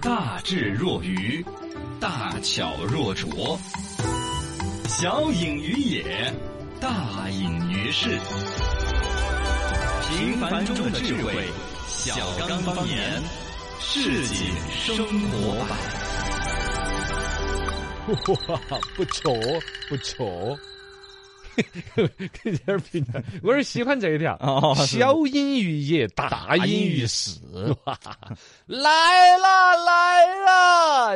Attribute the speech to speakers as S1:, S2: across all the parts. S1: 大智若愚，大巧若拙，小隐于野，大隐于市。平凡中的智慧，小刚方言，市井生活版。
S2: 哇，不错不错，这点评价，我是喜欢这一条。
S3: 哦是
S2: 小隐于野，大隐于市。哇来啦来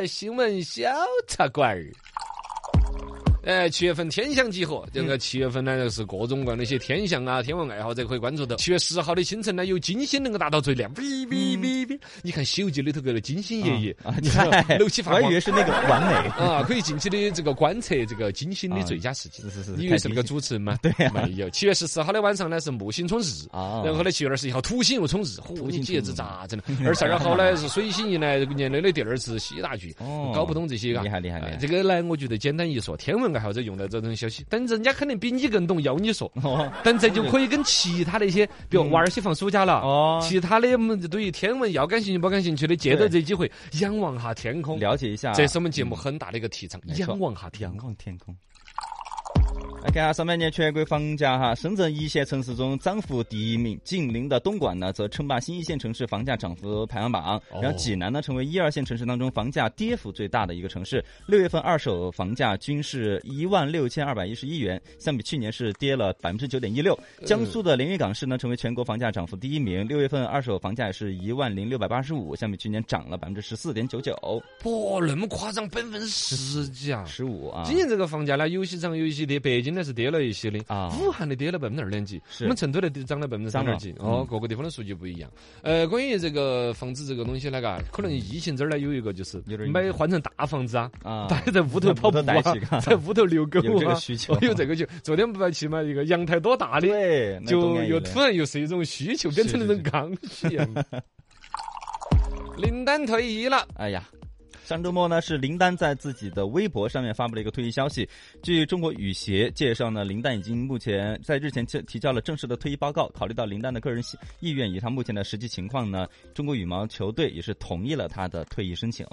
S2: 啦，新闻小茶馆儿。哎，七月份天象集合，这
S3: 嗯
S2: 个七月份呢就是各种各样的一些天象啊、天文爱好者可以关注到。七月十号的清晨呢，有金星能够达到最亮，哔哔哔哔。你看《西游记》里头那个金星爷爷
S3: 啊，
S2: 你看
S3: 嗨
S2: 抡起法
S3: 我还
S2: 棒
S3: 以为是那个完 美。
S2: 啊，可以近期的这个观测这个金星的最佳时机。
S3: 啊是是是，
S2: 你以为
S3: 太
S2: 是那个
S3: 低
S2: 主持人吗？
S3: 对呀
S2: 没有。七月十四号的晚上呢是木星冲日，
S3: 啊
S2: 然后呢七月二十一号土星又冲日，
S3: 土
S2: 土
S3: 星冲
S2: 星这
S3: 日啊
S2: 子咋 整？二十二号呢是水星迎来年内的第二次西大局
S3: 哦，
S2: 搞不懂这些啊，
S3: 厉害厉害厉害
S2: 啊这个呢，我觉得简单一说，天文爱好者用到这种消息，但人家肯定比你更懂，要你说。
S3: 哦嗯
S2: 但这就可以跟其他的一些，比如娃儿些放暑假了，
S3: 哦
S2: 其他的嗯对于天文要感兴趣不感兴趣的，借着这机会仰望下天空，
S3: 了解一下，
S2: 这是我们节目很大的一个提倡，
S3: 啊嗯没错
S2: 仰望下天
S3: 仰
S2: 空。
S3: 望天空。哎来看下上半年全国房价哈，深圳一线城市中涨幅第一名，紧邻的东莞呢则称霸新一线城市房价涨幅排行榜。
S2: 哦
S3: 然后济南呢成为一二线城市当中房价跌幅最大的一个城市，六月份二手房价均是一万六千二百一十一元，相比去年是跌了百分之九点一六。
S2: 呃
S3: 江苏的连云港市呢成为全国房价涨幅第一名，六月份二手房价也是一万零六百八十五，相比去年涨了百分之十四点九九
S2: 哇，那么夸张，百分之十几啊！
S3: 十五啊。
S2: 今年这个房价呢，有些涨，有些跌。北京呢是跌了一些的，
S3: 啊
S2: 武汉的跌了百分之二点几，
S3: 是
S2: 我们成都的跌涨了百分之三点几。
S3: 涨了嗯
S2: 哦，各个地方的数据不一样。呃，关于这个房子这个东西呢，嘎，可能疫情这儿呢有一个就是
S3: 有点
S2: 买换成大房子啊，
S3: 啊，
S2: 大家在屋头跑步
S3: 在屋头待
S2: 啊
S3: 起嘎，
S2: 在屋头遛狗啊，
S3: 有这个 需求
S2: 哦有这个就昨天不去嘛，一个阳台多大的，
S3: 对，啊那
S2: 就
S3: 懂眼
S2: 又
S3: 一类
S2: 突然又是一种需求，变成了一种刚需一样。 林丹退役了，
S3: 哎呀。上周末呢，是林丹在自己的微博上面发布了一个退役消息。据中国羽协介绍呢，林丹已经目前在日前提提交了正式的退役报告。考虑到林丹的个人喜意愿以及他目前的实际情况呢，中国羽毛球队也是同意了他的退役申请。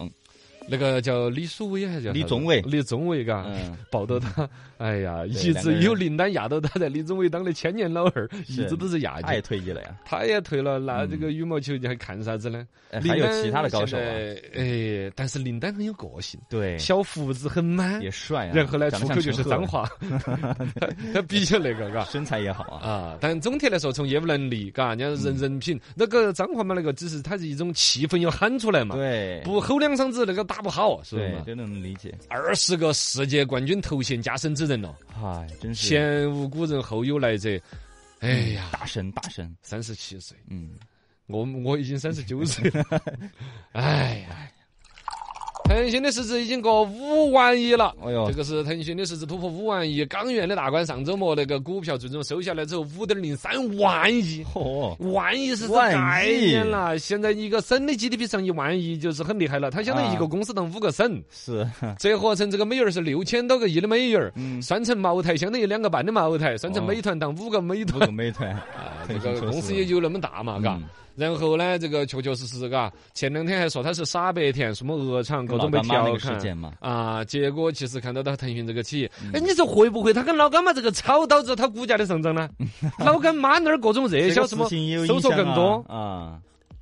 S2: 那个叫李书伟还是叫啥子
S3: 李宗伟
S2: 李宗伟嘎
S3: 嗯，
S2: 抱 到他，哎呀，
S3: 对
S2: 一
S3: 两个
S2: 直
S3: 人
S2: 有林丹压到他在李宗伟当的千年老二，
S3: 是
S2: 一直都是压
S3: 他也
S2: 着。
S3: 退役了呀，
S2: 他也退了，那这个羽毛球你还看啥子呢？
S3: 哎
S2: 林
S3: 还有
S2: 丹
S3: 其他的高手
S2: 现
S3: 啊，
S2: 在哎，但是林丹很有个性，
S3: 对，
S2: 小胡子很 man，
S3: 也帅啊，
S2: 然后呢，
S3: 长
S2: 出
S3: 得像
S2: 口就是
S3: 陈赫
S2: 脏， 话，他他比较那个，嘎。
S3: 啊身材也好啊，
S2: 啊，但总体来说，从业务能力，嘎，人家
S3: 嗯
S2: 人人品，那个脏话嘛，那个只是它是一种气氛要喊出来嘛，
S3: 对，
S2: 不吼两嗓子那个打不好，是不是
S3: 对，
S2: 嘛？
S3: 真的能理解，
S2: 二十个世界冠军头衔加身之人了，
S3: 哎，真是
S2: 前无古人后有来者。哎呀，
S3: 大神大神，
S2: 三十七岁，
S3: 嗯，
S2: 我我已经三十九 岁了，哎呀。腾讯的市值已经过五万亿了，
S3: 哎呦
S2: 这，个是腾讯的市值突破五万亿港元的大关。上周末那个股票最终收下来之后，五点零三万亿，
S3: 嚯，
S2: 万亿是
S3: 万亿
S2: 概念了，现在一个省的 GDP 上一万亿就是很厉害了，它相当于一个公司当五个省，
S3: 是。
S2: 折合成这个美元是六千多个亿的美元，
S3: 嗯
S2: 算成茅台相当于两个半的茅台，算成
S3: 哦
S2: 美团当五个美
S3: 五
S2: 团，
S3: 个美团，
S2: 啊，这
S3: 腾讯
S2: 个
S3: 说
S2: 公
S3: 是
S2: 司也就那么大嘛，嘎、
S3: 哦嗯
S2: 然后呢，这个确确实实，嘎，前两天还说它是傻白甜，什么鹅厂各
S3: 老
S2: 种被
S3: 干妈那
S2: 调
S3: 个事
S2: 侃。
S3: 件嗯嘛，
S2: 啊，结果其实看到他腾讯这个企业，哎，你说会不会他跟老干妈这个炒导致它股价的 上涨呢？老干妈那儿各种热
S3: 这
S2: 销
S3: 个
S2: 什么
S3: 事情也有，
S2: 搜
S3: 影
S2: 索
S3: 响
S2: 更多
S3: 啊，啊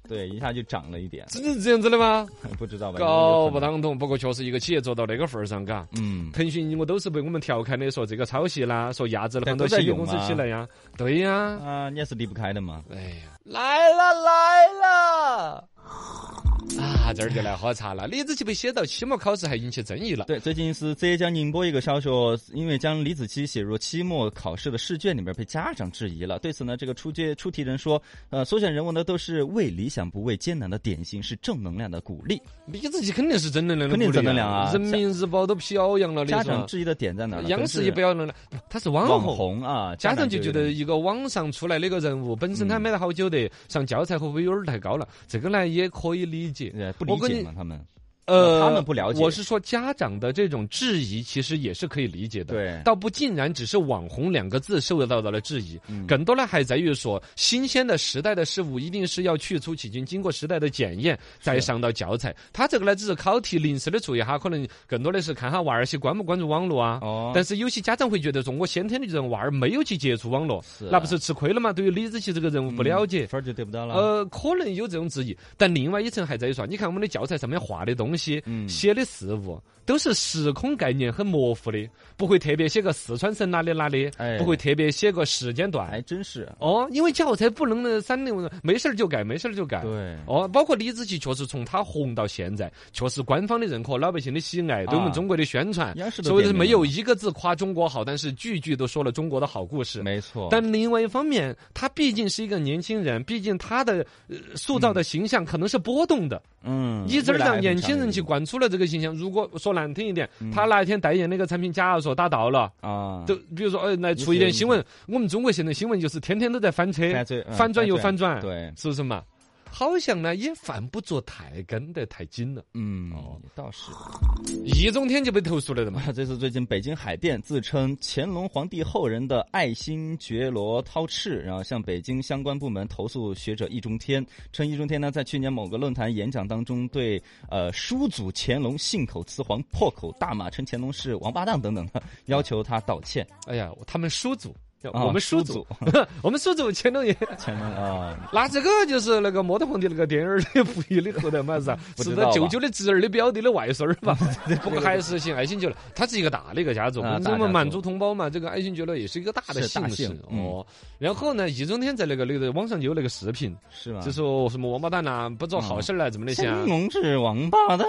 S3: 对，一下就涨了一点，
S2: 真的是这样子的吗？
S3: 不知道吧？
S2: 搞不
S3: 到，
S2: 当懂，不过确实一个企业做到那个份儿上，嘎。
S3: 嗯，
S2: 腾讯我都是被我们调侃的，说这个抄袭啦，说压制了
S3: 对
S2: 很多
S3: 都在
S2: 新的
S3: 用
S2: 公司
S3: 嘛
S2: 起来呀、对呀、
S3: 啊，你也是离不开的嘛，
S2: 哎呀，来了来了！啊，这儿就来喝茶了。李子柒被写到期末考试还引起争议了。
S3: 对，最近是浙江宁波一个消息，因为将李子柒写入期末考试的试卷里面，被家长质疑了。对此呢，这个出卷出题人说，呃，所选人物呢都是为理想不畏艰难的典型，是正能量的鼓励。
S2: 李子柒肯定是正能量的
S3: 肯定
S2: 鼓励
S3: 正能量啊
S2: 人民日报都表扬了，你
S3: 家
S2: 说
S3: 长质疑的点在哪儿呢？
S2: 央
S3: 可能
S2: 视
S3: 是
S2: 也表扬了，他是网
S3: 网
S2: 红。
S3: 红啊，
S2: 家长
S3: 长
S2: 就觉得一个网上出来的一个人物，本身
S3: 嗯
S2: 他买了好久的，上教材会不会有点儿太高了？这个呢也可以理解。
S3: 呃不
S2: 我
S3: 理
S2: 跟
S3: 解
S2: 你
S3: 嘛，他们
S2: 呃，
S3: 他们不了解
S2: 我是说家长的这种质疑，其实也是可以理解的。
S3: 对
S2: 倒不尽然只是“网红”两个字受到的质疑，
S3: 嗯
S2: 更多的还在于说，新鲜的时代的事物一定是要去粗取精，经过时代的检验，再上到教材。他这个呢，只是考题临时的做一下，可能更多的是看下娃儿些关不关注网络啊。
S3: 哦
S2: 但是有些家长会觉得说，我先天的人娃儿没有去接触网络
S3: 是，啊嗯
S2: 那不是吃亏了吗？对于李子柒这个人物不了解，
S3: 分儿就得不到了。
S2: 呃，可能有这种质疑，但另外一层还在于说，你看我们的教材上面画的东西、
S3: 嗯
S2: 写的事物，都是时空概念很模糊的，不会特别写个四川省哪里哪里，
S3: 哎
S2: 不会特别写个时间段。
S3: 还真是，
S2: 哦，因为教材不能三六，没事儿就改，没事儿就改。
S3: 对
S2: 哦，包括李子柒，确实从他红到现在，确实官方的认可，老百姓的喜爱，对我
S3: 啊
S2: 们中国的宣传
S3: 央视，都
S2: 所以
S3: 点名
S2: 没有
S3: 了
S2: 一个字夸中国好，但是句句都说了中国的好故事。
S3: 没错。
S2: 但另外一方面，他毕竟是一个年轻人，毕竟他的、呃塑造的形象可能是波动的。
S3: 嗯，
S2: 你这
S3: 未
S2: 儿
S3: 来还
S2: 让
S3: 很
S2: 年
S3: 长
S2: 轻
S3: 的嗯
S2: 人去
S3: 路
S2: 灌输了这个形象，如果说难听一点，他哪一天代言那个产品，假如说打到了。
S3: 啊，
S2: 就比如说，呃，来出一点新闻，我们中国现在新闻就是天天都在翻车
S3: 翻车，嗯
S2: 翻转又
S3: 翻
S2: 翻转，
S3: 对，
S2: 是不是嘛？好像呢也犯不着太跟得太紧了。
S3: 嗯
S2: 哦，
S3: 也倒是。
S2: 易中天就被投诉了 的嘛，
S3: 这次最近北京海淀自称乾隆皇帝后人的爱新觉罗涛赤，然后向北京相关部门投诉学者易中天，称易中天呢在去年某个论坛演讲当中对呃叔祖乾隆信口雌黄破口大骂，称乾隆是王八蛋等等的，要求他道歉。
S2: 哎呀，他们叔祖，
S3: 啊
S2: 我们叔
S3: 叔
S2: 祖， 我们叔祖乾隆爷
S3: 乾隆啊，
S2: 那这个就是那个《末代皇帝》那个电影儿 的溥仪的后代嘛，是吧？
S3: 不
S2: 是
S3: 知
S2: 他
S3: 道吧
S2: 舅舅的侄儿的表弟的外孙儿 吧？不过还是姓爱新觉罗，他是一个大的一个家族。
S3: 啊
S2: 我们
S3: 大
S2: 我们
S3: 家
S2: 满
S3: 族
S2: 族同胞嘛，这个爱新觉罗也是一个大的
S3: 是
S2: 姓
S3: 大
S2: 氏
S3: 姓嗯
S2: 哦。然后呢，易中天在那个那个网上就有那个视频，
S3: 是吧？
S2: 就说什么王八蛋呐，不做
S3: 嗯
S2: 好事儿啦，怎么那些啊
S3: 乾？隆是王八蛋，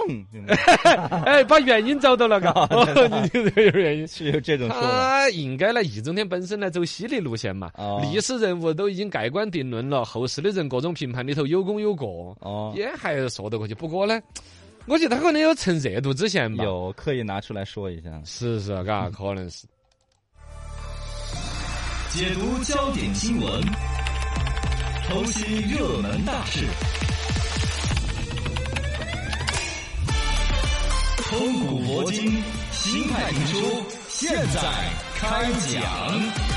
S3: 啊
S2: 哎，把原因找到了，嘎， 哦你这个原因。
S3: 是有这种说 法。
S2: 他应该呢，易中天本身呢走犀利路线嘛
S3: 哦，
S2: 历史人物都已经盖棺定论了，后世的人各种评判里头有功有过，
S3: 哦，
S2: 也还说得过去。不过呢，我觉得他可能有趁热度之前吧。
S3: 有嗯刻意拿出来说一下。
S2: 是是，啊嘎，可能是。
S1: 解读焦点新闻，剖析热门大事，通古博今，新派评书，现在开讲。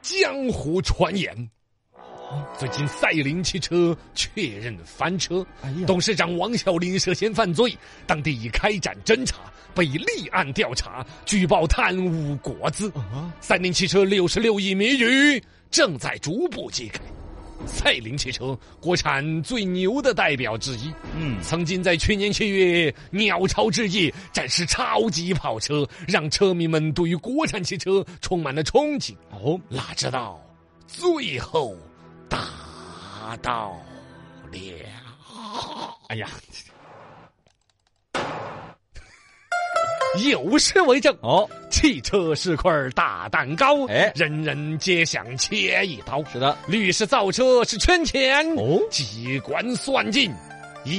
S2: 江湖传言，最近赛麟汽车确认翻车，
S3: 哎呀
S2: 董事长王小林涉嫌犯罪，当地已开展侦查，被立案调查，举报贪污国资。
S3: 嗯
S2: 赛麟汽车六十六亿谜语正在逐步揭开。赛麟汽车，国产最牛的代表之一。
S3: 嗯，
S2: 曾经在去年七月鸟巢之夜展示超级跑车，让车迷们对于国产汽车充满了憧憬。
S3: 哦，
S2: 哪知道最后打到了，
S3: 哎呀，
S2: 有诗为证。
S3: 哦，
S2: 汽车是块大蛋糕，
S3: 哎
S2: 人人皆想切一刀。
S3: 是的，
S2: 律师造车是圈钱，
S3: 哦
S2: 机关算尽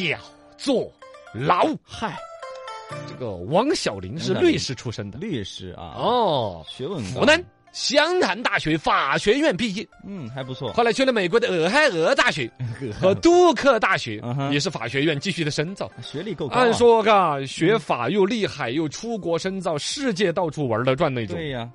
S2: 要坐牢。
S3: 嗨，
S2: 这个王小林是律师出身的
S3: 律师啊，，
S2: 哦，
S3: 学问高
S2: 湖南。湘潭大学法学院毕业，
S3: 嗯，还不错。
S2: 后来去了美国的俄亥俄大学和杜克大学
S3: 嗯，哼
S2: 也是法学院继续的深造。
S3: 学历够高、啊，
S2: 按说嘎，学法又厉害，又出国深造，世界到处玩的转那种。
S3: 对呀、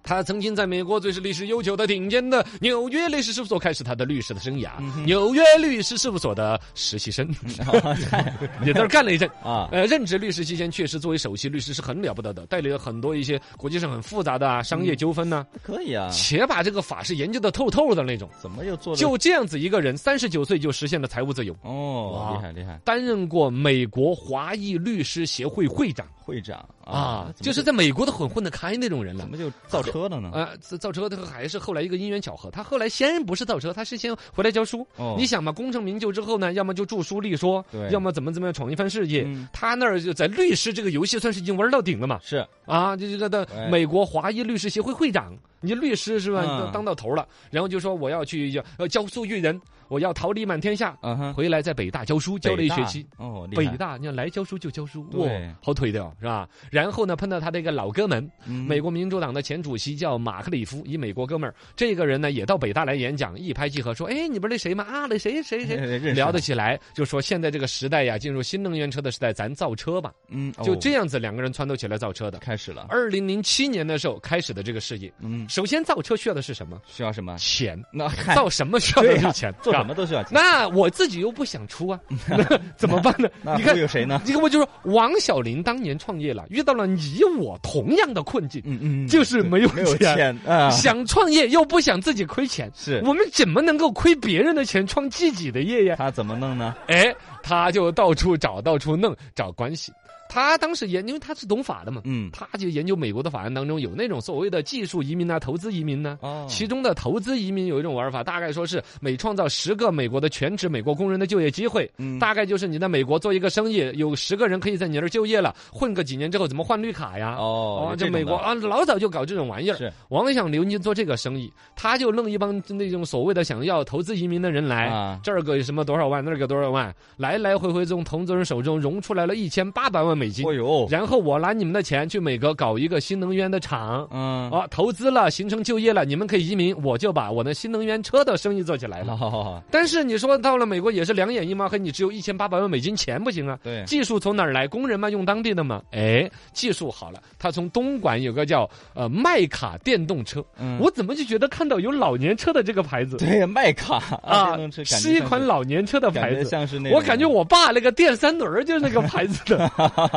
S2: 他曾经在美国最是历史悠久的顶尖的纽约律师事务所开始他的律师的生涯，
S3: 嗯
S2: 纽约律师事务所的实习生，
S3: 哦
S2: 也在那儿干了一阵。
S3: 啊，
S2: 呃，任职律师期间，确实作为首席律师是很了不得的，代理了很多一些国际上很复杂的
S3: 嗯
S2: 啊商业纠纷呢、
S3: 可以啊，
S2: 且把这个法是研究的透透的那种。
S3: 怎么又做得
S2: 就这样子一个人，三十九岁就实现了财务自由，
S3: 哦，
S2: 哇
S3: 厉害厉害，
S2: 担任过美国华裔律师协会会长
S3: 会长
S2: 啊，
S3: 哦怎么
S2: 就是在美国都很混得开那种人了
S3: 怎。么就造车了呢？
S2: 啊，造造车的还是后来一个因缘巧合，他后来先不是造车，他是先回来教书。
S3: 哦
S2: 你想嘛，功成名就之后呢，要么就著书立说
S3: 对，
S2: 要么怎么怎么样闯一番事业。
S3: 嗯
S2: 他那儿就在律师这个游戏算是已经玩到顶了嘛，
S3: 是
S2: 啊，就这个的
S3: 对
S2: 美国华裔律师协会会长。你律师是吧？你都
S3: 嗯
S2: 当到头了，然后就说我要去呃教书育人，我要桃李满天下，
S3: 嗯哼，
S2: 回来在北大教书，教了一学期。
S3: 北大哦，厉
S2: 北
S3: 害
S2: 大，你看来教书就教书，哇
S3: 对，
S2: 好腿的哦，是吧？然后呢，碰到他的一个老哥们，
S3: 嗯
S2: 美国民主党的前主席叫马克里夫，一美国哥们儿。这个人呢，也到北大来演讲，一拍即合，说：“哎，你不是那谁吗？啊，那谁谁谁。”
S3: 哎认识啊
S2: 聊得
S3: 了
S2: 起来，就说现在这个时代呀，进入新能源车的时代，咱造车吧，
S3: 嗯，
S2: 就
S3: 哦
S2: 这样子，两个人撺掇起来造车的。
S3: 开始了，
S2: 二零零七年的时候开始的这个事业，
S3: 嗯，
S2: 首先造车需要的是什么？
S3: 需要什么？
S2: 钱，
S3: 那嗨
S2: 造什么需要
S3: 对
S2: 的
S3: 呀
S2: 是钱，
S3: 做
S2: 是吧
S3: 什么都需要钱，
S2: 那我自己又不想出啊， 那怎么办呢？
S3: 那
S2: 你看
S3: 会有谁呢？
S2: 这个我就说，王小林当年创业了，遇到了你我同样的困境，
S3: 嗯嗯，
S2: 就是没有
S3: 没有钱啊，
S2: 想创业又不想自己亏钱。
S3: 是
S2: 我们怎么能够亏别人的钱创自己的业呀？
S3: 他怎么弄呢？
S2: 哎，他就到处找，到处弄，找关系。他当时研，因为他是懂法的嘛，
S3: 嗯，
S2: 他就研究美国的法案当中有那种所谓的技术移民啊、投资移民呢、
S3: 哦，
S2: 其中的投资移民有一种玩法，大概说是每创造十个美国的全职美国工人的就业机会，
S3: 嗯
S2: 大概就是你在美国做一个生意，有十个人可以在你那儿就业了，混个几年之后怎么换绿卡呀？
S3: 哦，有
S2: 这
S3: 种
S2: 美国
S3: 的
S2: 啊，老早就搞这种玩意儿。
S3: 是
S2: 王想留您做这个生意，他就弄一帮那种所谓的想要投资移民的人来，
S3: 啊，
S2: 这儿个什么多少万，那儿个多少万，来来回回从投资人手中融出来了一千八百万美金，
S3: 哦呦，
S2: 然后我拿你们的钱去美国搞一个新能源的厂，
S3: 嗯，
S2: 啊，投资了，形成就业了，你们可以移民，我就把我的新能源车的生意做起来
S3: 好
S2: 了。
S3: 好好好，
S2: 但是你说到了美国也是两眼一抹黑，你只有一千八百万美金，钱不行啊。
S3: 对，嗯
S2: 技术从哪儿来？工人嘛，用当地的嘛。哎，技术好了，他从东莞有个叫呃麦卡电动车，
S3: 嗯
S2: 我怎么就觉得看到有老年车的这个牌子
S3: 对麦卡
S2: 啊
S3: 电动车，感觉
S2: 是一
S3: 像
S2: 款老年车的
S3: 感
S2: 牌
S3: 觉
S2: 子。
S3: 像是那种，
S2: 我感觉我爸那个电三轮儿就是那个牌子 的，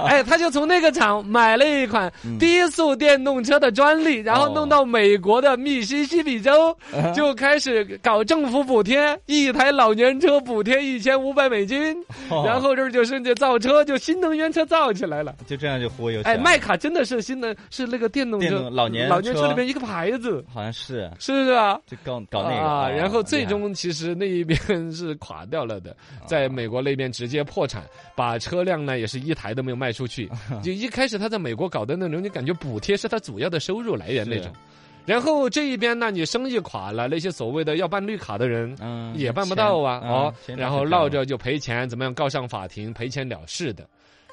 S2: 哎，他就从那个厂买了一款
S3: 嗯
S2: 低速电动车的专利，然后
S3: 哦
S2: 弄到美国的密西西比州，
S3: 啊
S2: 就开始搞政府补贴，一台老年车补贴一千五百美金，
S3: 哦
S2: 然后这儿就甚至造车，就新能源车造起来了。
S3: 就这样就忽悠起来
S2: 哎，
S3: 了，
S2: 麦卡真的是新能是那个电动
S3: 电
S2: 车
S3: 动老年
S2: 老年
S3: 车
S2: 车里面一个牌子，
S3: 好像是
S2: 是不是啊？
S3: 就搞搞那个
S2: 啊，
S3: 哦
S2: 然后最
S3: 厉害
S2: 终其实那一边是垮掉了的，
S3: 哎
S2: 在美国那边直接破产，把车辆呢也是一台都没有卖出去。 就一开始他在美国搞的那种，你感觉补贴是他主要的收入来源那种。然后这一边呢，你生意垮了，那些所谓的要办绿卡的人。
S3: 嗯
S2: 也办不到啊，
S3: 钱
S2: 哦
S3: 嗯钱，
S2: 然
S3: 拿
S2: 后
S3: 去干
S2: 闹
S3: 了
S2: 着就赔钱，怎么样告上法庭赔钱了事的。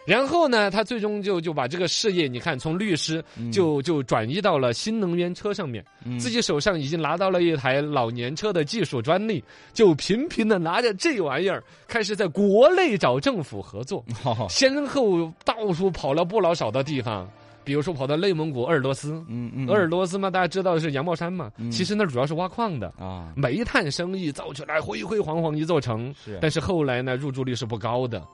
S2: 然后呢，他最终就就把这个事业，你看从律师
S3: 嗯
S2: 就就转移到了新能源车上面，
S3: 嗯
S2: 自己手上已经拿到了一台老年车的技术专利，就频频的拿着这玩意儿开始在国内找政府合作，
S3: 好
S2: 先后到处跑了不老少的地方，比如说跑到内蒙古、鄂尔多斯。
S3: 嗯嗯
S2: 鄂尔多斯嘛，大家知道是羊毛衫嘛，
S3: 嗯
S2: 其实那主要是挖矿的，
S3: 啊
S2: 煤炭生意造起来辉辉煌煌一座城，
S3: 是
S2: 但是后来呢，入住率是不高的。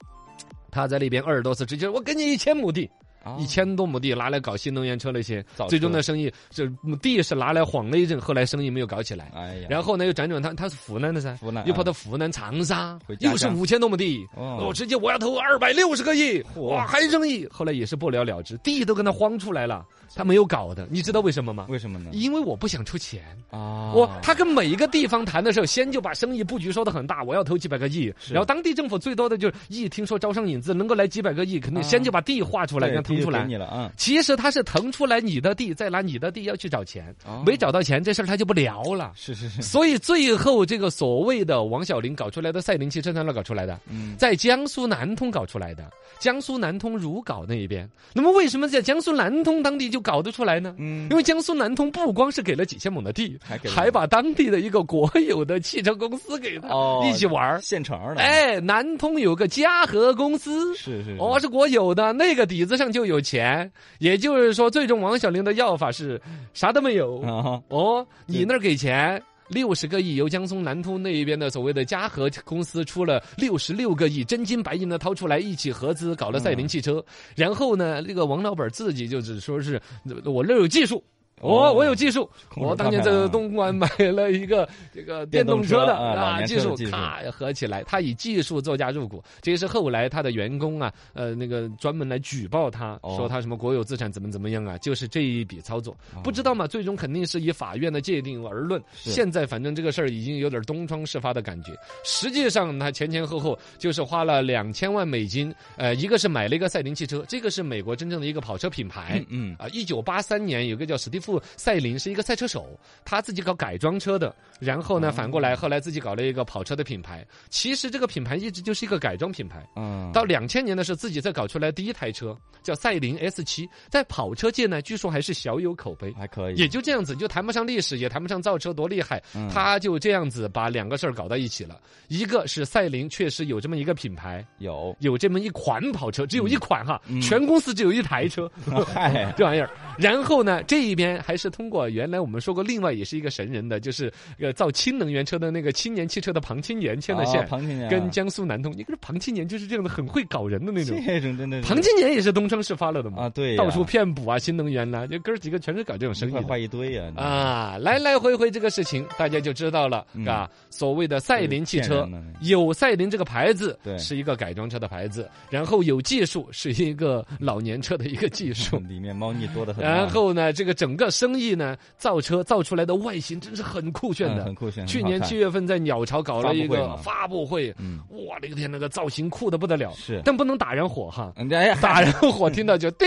S2: 他在那边鄂尔多斯直接，我给你一千亩地，
S3: 啊
S2: 一千多亩地拿来搞新能源车那些
S3: 造，车
S2: 最终的生意这地是拿来晃了一阵，后来生意没有搞起来。
S3: 哎呀，
S2: 然后呢，又辗转他他是湖南的噻，
S3: 湖南
S2: 又跑
S3: 啊
S2: 到湖南长沙
S3: 回，家
S2: 又是
S3: 乡
S2: 五千多亩地，
S3: 哦
S2: 我直接我要投二百六十个亿，
S3: 嚯
S2: 哇，还生意，后来也是不了了之，地都跟他荒出来了，他没有搞的，你知道为什么吗？
S3: 为什么呢？
S2: 因为我不想出钱，
S3: 啊
S2: 我他跟每一个地方谈的时候，先就把生意布局说的很大，我要投几百个亿，
S3: 是
S2: 然后当地政府最多的就是一听说招商引资能够来几百个亿，肯定先就把地划出来，
S3: 对
S2: 让它腾
S3: 地
S2: 出
S3: 给
S2: 来。
S3: 你了啊，
S2: 其实他是腾出来你的地，再拿你的地要去找钱，
S3: 哦
S2: 没找到钱这事儿他就不聊了。
S3: 是是是，
S2: 所以最后这个所谓的王小林搞出来的赛麟汽车站那搞出来的，
S3: 嗯
S2: 在江苏南通搞出来的，江苏南通如皋那一边。那么为什么在江苏南通当地就搞得出来呢？
S3: 嗯
S2: 因为江苏南通不光是给了几千亩的地，
S3: 还给了
S2: 还把当地的一个国有的汽车公司给他
S3: 哦
S2: 一起玩儿。
S3: 现成儿的，，
S2: 哎，南通有个嘉禾公司，
S3: 是是
S2: 哦，是国有的，那个底子上就有钱。也就是说，最终王小林的要法是啥都没有。
S3: 啊
S2: 哦，你那儿给钱。六十个亿由江苏南通那一边的所谓的嘉禾公司出了六十六个亿，真金白银的掏出来一起合资搞了赛麟汽车。
S3: 嗯
S2: 然后呢，这个王老板自己就只说是我那儿有技术，
S3: 哦
S2: 哦，我有技术，
S3: 控制
S2: 我当年
S3: 状态
S2: 在
S3: 啊
S2: 东莞买了一个这个电动
S3: 电动车
S2: 车的
S3: 啊老
S2: 啊，
S3: 年车
S2: 技
S3: 的
S2: 术
S3: 技术
S2: 咔合起来，他以技术作价入股，这也是后来他的员工啊，呃，那个专门来举报他，
S3: 哦
S2: 说他什么国有资产怎么怎么样啊，就是这一笔操作
S3: 哦，
S2: 不知道嘛，最终肯定是以法院的界定而论。
S3: 是
S2: 现在反正这个事儿已经有点东窗事发的感觉，实际上他前前后后就是花了两千万美金，呃，一个是买了一个赛麟汽车，这个是美国真正的一个跑车品牌
S3: 嗯，嗯
S2: 啊，一九八三年有个叫史蒂夫。父赛琳是一个赛车手，他自己搞改装车的，然后呢，反过来后来自己搞了一个跑车的品牌。其实这个品牌一直就是一个改装品牌。
S3: 嗯，
S2: 到两千年的时候，自己再搞出来第一台车叫赛琳 S 七，在跑车界呢，据说还是小有口碑。
S3: 还可以，
S2: 也就这样子，就谈不上历史，也谈不上造车多厉害，
S3: 哎嗯
S2: 他就这样子把两个事儿搞到一起了。一个是赛琳确实有这么一个品牌，
S3: 有，
S2: 有这么一款跑车，只有一款哈，全公司只有一台车，
S3: 嗨，
S2: 这玩意儿。然后呢，这一边还是通过原来我们说过，另外也是一个神人的，就是呃造轻能源车的那个青年汽车的庞青年 牵了线
S3: 哦，庞青年啊
S2: 跟江苏南通，你看这庞青年就是这样的，很会搞人的那种。
S3: 这种真的是
S2: 庞青年也是东窗事发了的嘛，
S3: 啊，对呀，
S2: 到处骗补啊，新能源呐、就哥儿几个全是搞这种生
S3: 一
S2: 意
S3: 块
S2: 的。
S3: 画一堆呀，
S2: 啊，来来回回这个事情，大家就知道了，
S3: 嗯
S2: 啊，所谓的赛麟汽
S3: 骗
S2: 车
S3: 人的那。
S2: 有赛麟这个牌子，
S3: 对
S2: 是一个改装车的牌子，然后有技术是一个老年车的一个技术，
S3: 里面猫腻多的很啊，
S2: 然后呢，这个整个生意呢，造车造出来的外形真是很酷炫
S3: 嗯
S2: 的。
S3: 很酷炫，
S2: 去
S3: 很好
S2: 年
S3: 看
S2: 七月份在鸟巢搞了一个发布会，
S3: 嗯
S2: 哇，那个天，那个造型酷的不得了，
S3: 是，
S2: 但不能打人火哈，
S3: 嗯哎呀，
S2: 打人火听到就滴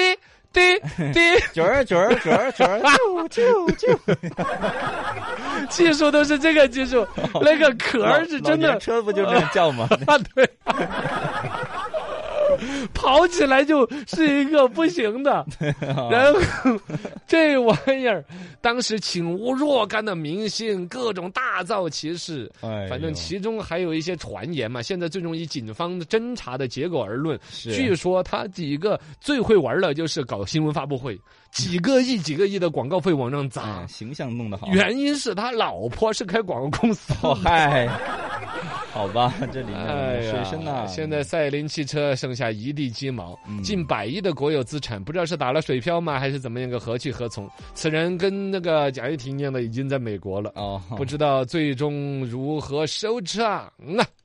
S2: 滴 滴，
S3: 卷儿卷儿卷儿卷 儿，啾啾啾，
S2: 技术都是这个 技术，那个壳儿是真
S3: 老
S2: 的
S3: 年车不就这样叫 吗？
S2: 啊，对， 跑起来就是一个不行 的。然后 这玩意儿，当时请无若干的明星，各种大造其事。
S3: 哎呦，
S2: 反正其中还有一些传言嘛，现在最终以警方的侦查的结果而论，
S3: 是
S2: 据说他几个最会玩的就是搞新闻发布会，几个亿、几个亿的广告费往上砸
S3: 哎，形象弄得好，
S2: 原因是他老婆是开广告公司的
S3: 哦嗨， 好吧，这里
S2: 哎
S3: 面
S2: 呀
S3: 水深呐，
S2: 现在赛麟汽车剩下一地鸡毛，
S3: 嗯
S2: 近百亿的国有资产，不知道是打了水漂吗，还是怎么样个何去何从？此人跟那个贾跃亭一样的，已经在美国了，
S3: 哦，
S2: 不知道最终如何收场呢？啊